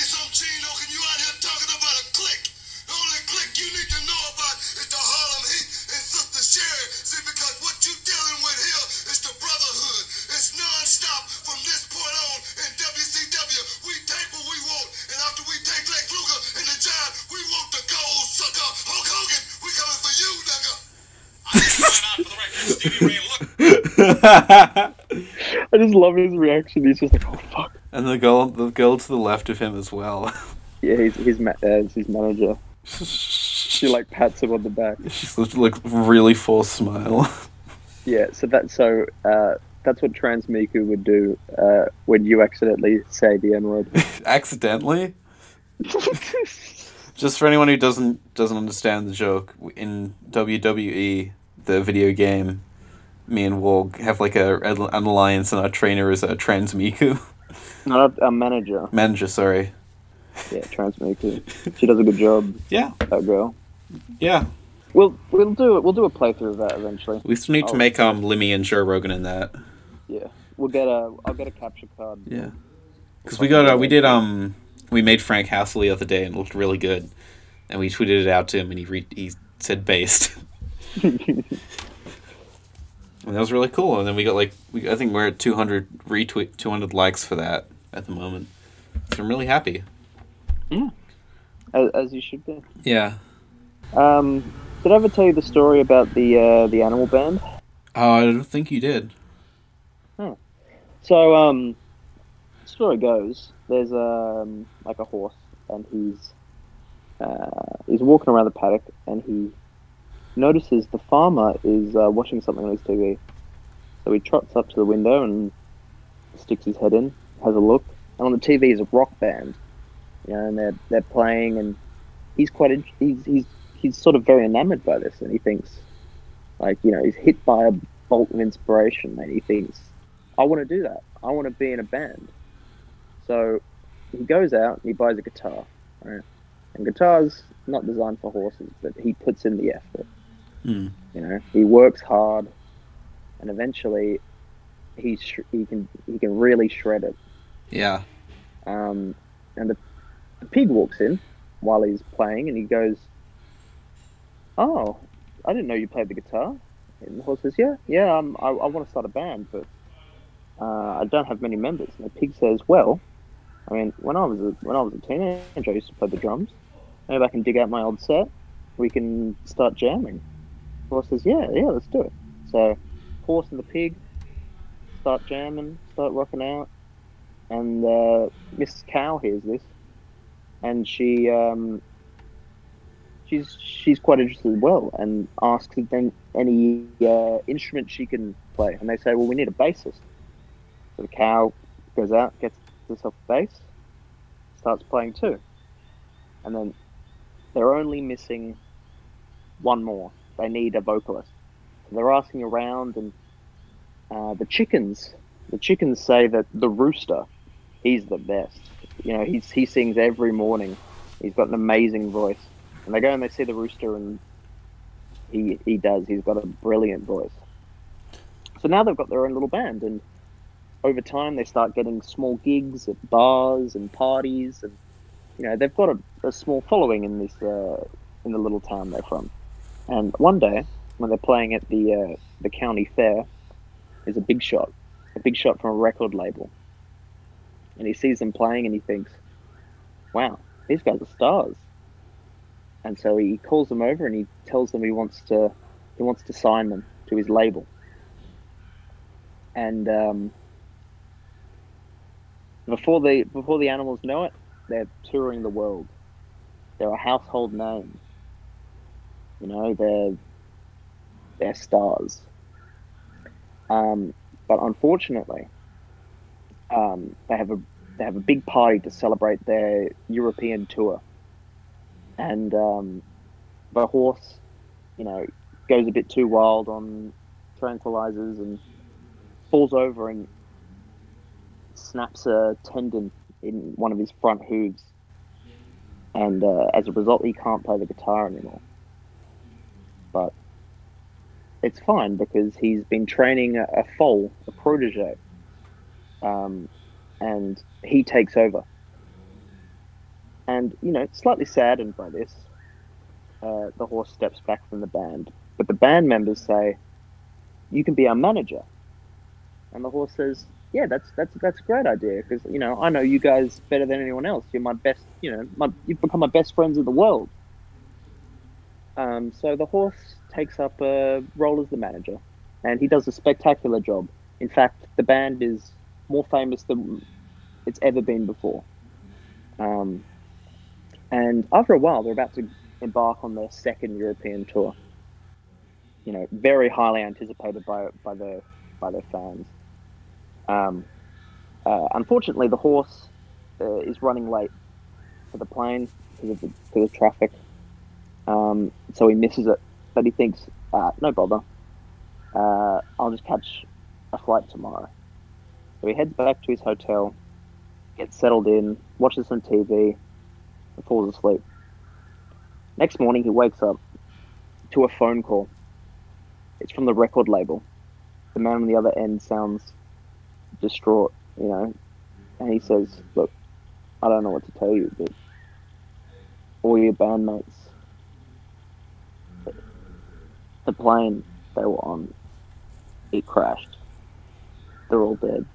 S3: something, Gino. Can you out here talking about a clique? The only clique you need to know about is the Harlem Heat and Sister Sherry. See, because what you dealing with here is the brotherhood. It's nonstop from this point on in WCW. We take what we want, and after we take Lex Luger and the Giant, we want the gold sucker. Hulk Hogan, we coming for you, nigga.
S1: and
S2: I just love his reaction. He's just like, oh fuck.
S1: the girl, the girl to the left of him as well.
S2: Yeah, he's he's ma- uh, it's his manager. She like pats him on the back.
S1: She's looked like really forced smile.
S2: Yeah, so that's so uh, that's what trans Miku would do uh, when you accidentally say the N word.
S1: Accidentally. Just for anyone who doesn't doesn't understand the joke, in WWE, the video game, me and Wog have like a an alliance, and our trainer is a trans Miku
S2: Not a, a manager.
S1: manager. Sorry.
S2: Yeah, trans Miku. She does a good job.
S1: Yeah,
S2: That girl.
S1: yeah.
S2: We'll we'll do we'll do a playthrough of that eventually.
S1: We still need to
S2: Oh.
S1: make um Limmy and Joe Rogan in that.
S2: Yeah, we'll get a I'll get a capture card.
S1: Yeah. Because we got uh, we did um we made Frank Hassel the other day and it looked really good, and we tweeted it out to him and he re- he said based. and that was really cool. And then we got like we, I think we're at two hundred retweet two hundred likes for that at the moment. So I'm really happy.
S2: As, as you should be.
S1: Yeah.
S2: Um, did I ever tell you the story about the uh, the animal band?
S1: Oh, I don't think you did.
S2: So, um, story goes, there's um like a horse, and he's uh, he's walking around the paddock, and he notices the farmer is uh, watching something on his TV. So he trots up to the window and sticks his head in, has a look, and on the TV is a rock band, you know, and they're they're playing, and he's quite in- he's he's he's sort of very enamored by this, and he thinks, like you know, he's hit by a bolt of inspiration, and he thinks. I want to do that. I want to be in a band. So he goes out and he buys a guitar. Right? And guitars not designed for horses, but he puts in the effort.
S1: Hmm.
S2: You know, he works hard, and eventually he sh- he can he can really shred it.
S1: Yeah.
S2: Um, and the, the pig walks in while he's playing, and he goes, "Oh, I didn't know you played the guitar." And the horse says, "Yeah, yeah, um, I, I want to start a band, but uh, I don't have many members." And the pig says, "Well, I mean, when I was a, when I was a teenager, I used to play the drums. Maybe I can dig out my old set. We can start jamming." The horse says, "Yeah, yeah, let's do it." So, horse and the pig start jamming, start rocking out, and uh, Mrs. Cow hears this, and she um, she's she's quite interested as well, and asks if then any uh, instrument she can play, and they say, well, we need a bassist. So the cow goes out, gets herself a bass, starts playing too, and then they're only missing one more. They need a vocalist. So they're asking around, and uh, the chickens. The chickens say that the rooster he's the best. You know, he's he sings every morning. He's got an amazing voice. And they go and they see the rooster, and he he does. He's got a brilliant voice. So now they've got their own little band, and over time they start getting small gigs at bars and parties, and you know they've got a, a small following in this uh, in the little town they're from. And one day when they're playing at the uh, the county fair, there's a big shot, a big shot from a record label and he sees them playing and he thinks, wow, these guys are stars. And so he calls them over and he tells them he wants to he wants to sign them to his label. And um, before the before the animals know it, they're touring the world. They're a household name. You know, they're they're stars. Um, but unfortunately, um, they have a they have a big party to celebrate their European tour, and um, the horse, you know, goes a bit too wild on tranquilizers and falls over and snaps a tendon in one of his front hooves, and uh, as a result, he can't play the guitar anymore. But it's fine because he's been training a, a foal, a protege, um, and he takes over. And you know, slightly saddened by this, uh, the horse steps back from the band. But the band members say, "You can be our manager," and the horse says, "Yeah, that's that's that's a great idea because you know I know you guys better than anyone else. You're my best, you know, my, you've become my best friends in the world." Um, so the horse takes up a role as the manager, and he does a spectacular job. In fact, the band is more famous than it's ever been before. Um, and after a while, they're about to embark on their second European tour. You know, very highly anticipated by by their by their fans. Um, uh, unfortunately, the horse uh, is running late for the plane because of the, because of traffic, um, so he misses it. But he thinks, uh, no bother, uh, I'll just catch a flight tomorrow. So he heads back to his hotel, gets settled in, watches some TV, and falls asleep. Next morning, he wakes up to a phone call. It's from the record label. The man on the other end sounds distraught, you know, and he says, Look, I don't know what to tell you, but all your bandmates, the plane they were on, it crashed. They're all dead.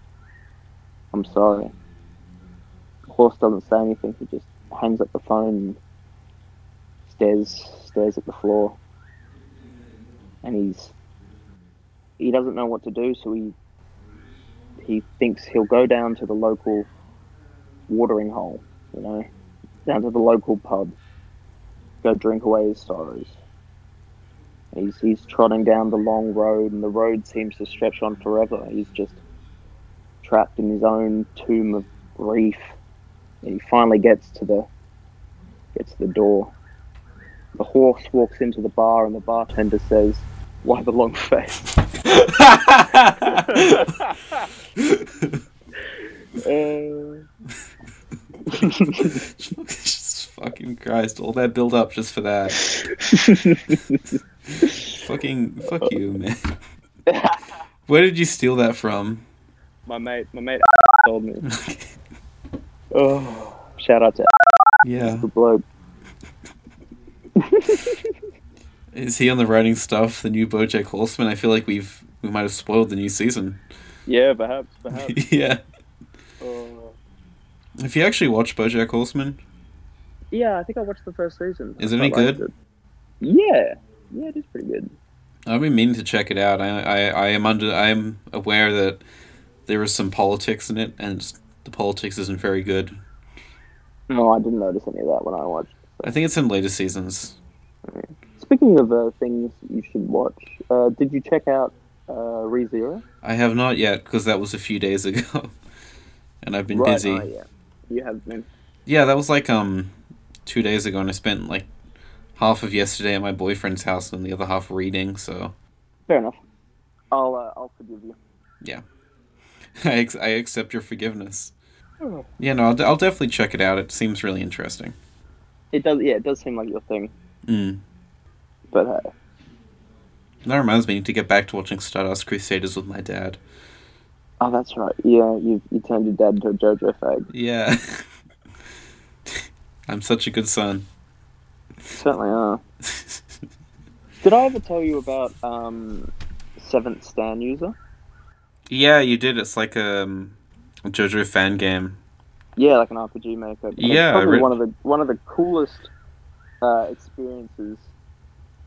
S2: I'm sorry. The horse doesn't say anything, he just hangs up the phone and stares stares at the floor. And he's he doesn't know what to do, so he he thinks he'll go down to the local watering hole, you know, down to the local pub, go drink away his sorrows. And He's, he's trotting down the long road, and the road seems to stretch on forever. He's just trapped in his own tomb of grief. And he finally gets to the gets to the door. The horse walks into the bar, and the bartender says, "Why the long face?" Uh,
S1: Jesus fucking Christ! All that build up just for that. fucking fuck you, man. Where did you steal that from?
S2: my mate, my mate told me. Oh, shout out to
S1: yeah,
S2: the bloke.
S1: is he on the writing stuff? The new BoJack Horseman. I feel like we've we might have spoiled the new season.
S2: Yeah, perhaps, perhaps.
S1: yeah.
S2: Oh.
S1: If you actually watch BoJack Horseman,
S2: Yeah, I think I watched the first season.
S1: Is
S2: I
S1: it any
S2: quite liked
S1: good?
S2: it. Yeah, yeah, it is pretty good.
S1: I've been meaning to check it out. I, I, I am under I am aware that there is some politics in it, and it's- the politics isn't very good.
S2: No, I didn't notice any of that when I watched.
S1: I think it's in later seasons.
S2: Speaking of uh, things you should watch, uh, did you check out uh, ReZero?
S1: I have not yet because that was a few days ago, and I've been busy.
S2: oh, yeah. You have been.
S1: Yeah, that was like um two days ago, and I spent like half of yesterday at my boyfriend's house and the other half reading. So
S2: Fair enough. I'll uh, I'll forgive you.
S1: I ex- I accept your forgiveness.
S2: Oh.
S1: Yeah, no, I'll, d- I'll definitely check it out. It seems really interesting.
S2: It does, yeah, it does seem like your thing,
S1: Mm.
S2: but uh,
S1: That reminds me I need to get back to watching Stardust Crusaders with my dad.
S2: oh, that's right. Yeah, you you turned your dad into a JoJo fag.
S1: Yeah. I'm such a good son.
S2: Certainly are. Did I ever tell you about um, Seventh Stan user?
S1: yeah, you did. It's like a um, JoJo fan game.
S2: Yeah, like an RPG maker. But it's
S1: Yeah, I
S2: probably
S1: read-
S2: one of the one of the coolest uh, experiences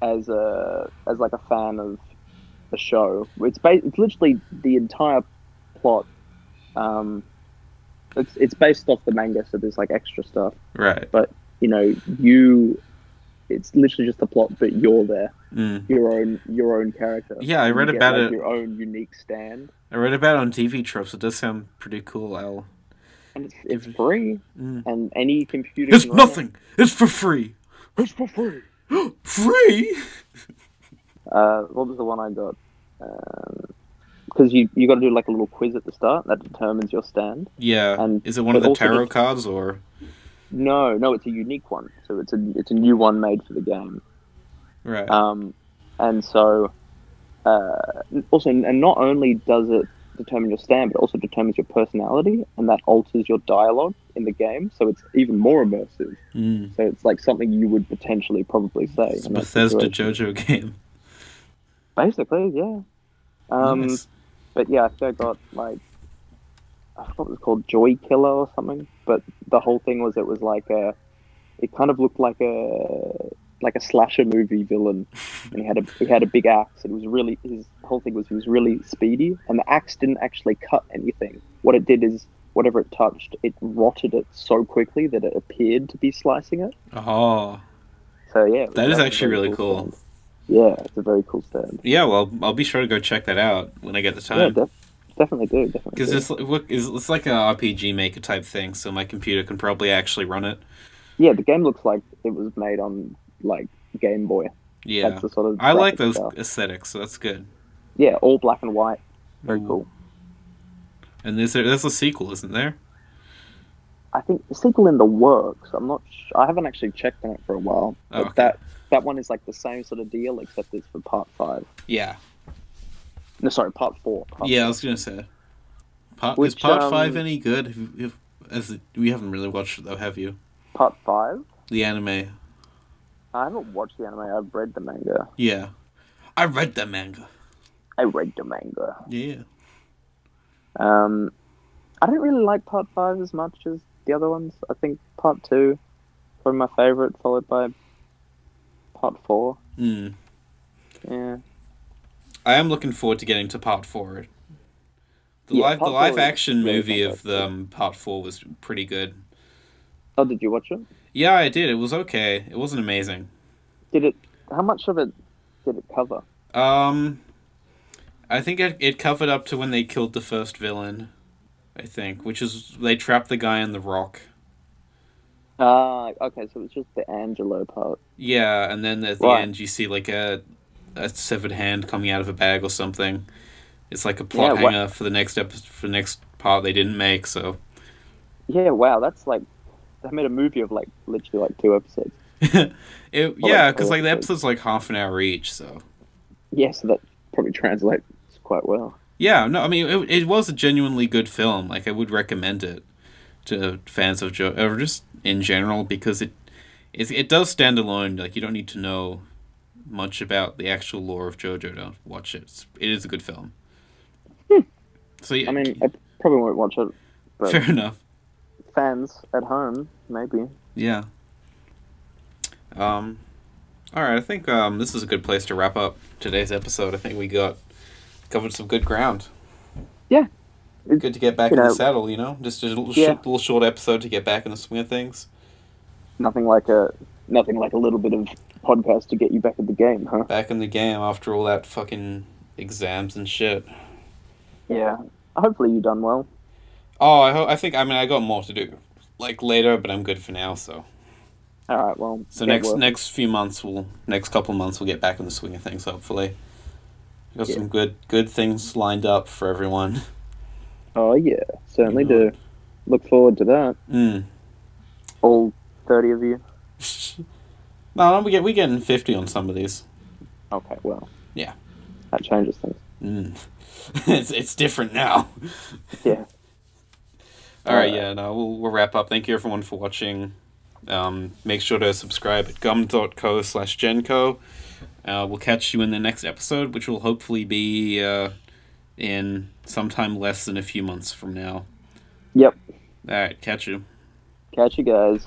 S2: as a as like a fan of the show. It's ba- it's literally the entire plot. Um, it's it's based off the manga, so there's like extra stuff.
S1: Right.
S2: You know, you. It's literally just the plot, but you're there,
S1: Mm.
S2: your own your own character.
S1: Yeah, I
S2: You
S1: read
S2: get,
S1: about
S2: like,
S1: it.
S2: Your own unique stand,
S1: I read about it on TV Tropes. It does sound pretty cool. I'll.
S2: and it's it's free,
S1: Mm.
S2: and any computer.
S1: It's
S2: can run it.
S1: nothing. It's for free.
S2: It's for free.
S1: Free.
S2: Uh, what was the one I got? Because you you got to do like a little quiz at the start that determines your stand.
S1: Yeah.
S2: And-
S1: Is it one
S2: Um, but
S1: of the
S2: also
S1: tarot
S2: just-
S1: cards or?
S2: No, no, it's a unique one. So it's a it's a new one made for the game.
S1: Right.
S2: Um, and so uh, also and not only does it determine your stand, but it also determines your personality, and that alters your dialogue in the game. So it's even more immersive.
S1: Mm.
S2: So it's like something you would potentially probably say.
S1: It's a
S2: in that
S1: Bethesda
S2: situation.
S1: JoJo game.
S2: Basically, yeah. Um,
S1: Nice.
S2: But yeah, I think I got like I forgot what it was called Joy Killer or something. But the whole thing was it was like a it kind of looked like a like a slasher movie villain, and he had a he had a big axe. and It was really his whole thing was he was really speedy, and the axe didn't actually cut anything. What it did is whatever it touched, it rotted it so quickly that it appeared to be slicing it.
S1: Oh.
S2: So So yeah,
S1: That is
S2: that's a
S1: actually
S2: very
S1: really cool.
S2: stand. Yeah, it's a very cool stand.
S1: Yeah, well, I'll be sure to go check that out when I get the
S2: Yeah,
S1: time.
S2: def- definitely do. Definitely.
S1: Uh, because
S2: do.
S1: it's like- what is it's like an RPG maker type thing, so my computer can probably actually run it.
S2: yeah, the game looks like it was made on like Game Boy.
S1: Yeah,
S2: That's the sort of.
S1: I like
S2: graphic
S1: those
S2: style.
S1: aesthetics, so that's good.
S2: Yeah, all black and white. Very
S1: Ooh.
S2: cool.
S1: And there's a, there's a sequel, isn't there?
S2: I think the sequel in the works. I'm not. Sh- I haven't actually checked on it for a while.
S1: Oh,
S2: But
S1: okay.
S2: that that one is like the same sort of deal, except it's for part five.
S1: Yeah,
S2: No, sorry, part four. Part
S1: yeah. I was gonna say, part, is
S2: Which,
S1: part five
S2: um,
S1: any good? If, if, as it- we haven't really watched it though, have you?
S2: Part five.
S1: The anime.
S2: I haven't watched the anime. I've read the manga.
S1: Yeah, I read the manga.
S2: I read the manga.
S1: Yeah,
S2: Um, I don't really like part five as much as the other ones. I think part two, probably my favorite, followed by part four.
S1: mm.
S2: Yeah.
S1: I am looking forward to getting to part four. The
S2: Yeah,
S1: live the
S2: part four
S1: live
S2: is
S1: action
S2: really
S1: movie of
S2: fantastic.
S1: the um, part four was pretty good.
S2: Oh, did you watch it?
S1: Yeah, I did. It was okay. It wasn't amazing.
S2: Did it? How much of it did it cover?
S1: Um, I think it, it covered up to when they killed the first villain, I think, which is they trapped the guy in the rock.
S2: Ah, okay. So it's just the Angelo part.
S1: Yeah, and then at the
S2: Right.
S1: end you see like a a severed hand coming out of a bag or something. It's like a plot
S2: Yeah, wha-
S1: hanger for the next episode, for the next part they didn't make. So
S2: Yeah. Wow. That's like they made a movie of like literally like two episodes. Oh,
S1: it yeah,
S2: that's
S1: because like the
S2: awesome.
S1: episode's like half an hour each. So
S2: Yeah. So that probably translates quite well.
S1: yeah, no, I mean it, it was a genuinely good film. Like I would recommend it to fans of Joe or just in general because it it, it does stand alone. Like you don't need to know much about the actual lore of JoJo to watch it. It's, it is a good film. So yeah,
S2: Hmm. I mean, I probably won't watch it, but
S1: fair enough.
S2: fans at home maybe.
S1: Yeah. Um, all right. I think um, this is a good place to wrap up today's episode. I think we got covered some good ground.
S2: Yeah.
S1: Good to get back
S2: You
S1: in
S2: know-
S1: the saddle. You know, just a little,
S2: Yeah.
S1: short, little short episode to get back in the swing of things.
S2: Nothing like a nothing like a little bit of podcast to get you back at the game, huh?
S1: Back in the game after all that fucking exams and shit.
S2: Yeah. Hopefully you done well.
S1: Oh, I, ho- I think I mean I got more to do like later, but I'm good for now. So
S2: All right. Well.
S1: so
S2: get
S1: next
S2: work.
S1: next few months we'll next couple months we'll get back in the swing of things. Hopefully, we got
S2: Yeah.
S1: some good good things lined up for everyone.
S2: Oh yeah, certainly
S1: You know.
S2: do. Look forward to that.
S1: Mm.
S2: All thirty of you.
S1: No, no, we get we getting fifty on some of these.
S2: Okay. Well.
S1: Yeah.
S2: That changes things.
S1: Mm. it's it's different now.
S2: Yeah.
S1: All right,
S2: Uh,
S1: yeah, no, we'll, we'll wrap up. Thank you everyone for watching. Um, make sure to subscribe at gum.co slash genco. Uh, we'll catch you in the next episode, which will hopefully be uh, in sometime less than a few months from now.
S2: Yep.
S1: All right, catch you.
S2: Catch you guys.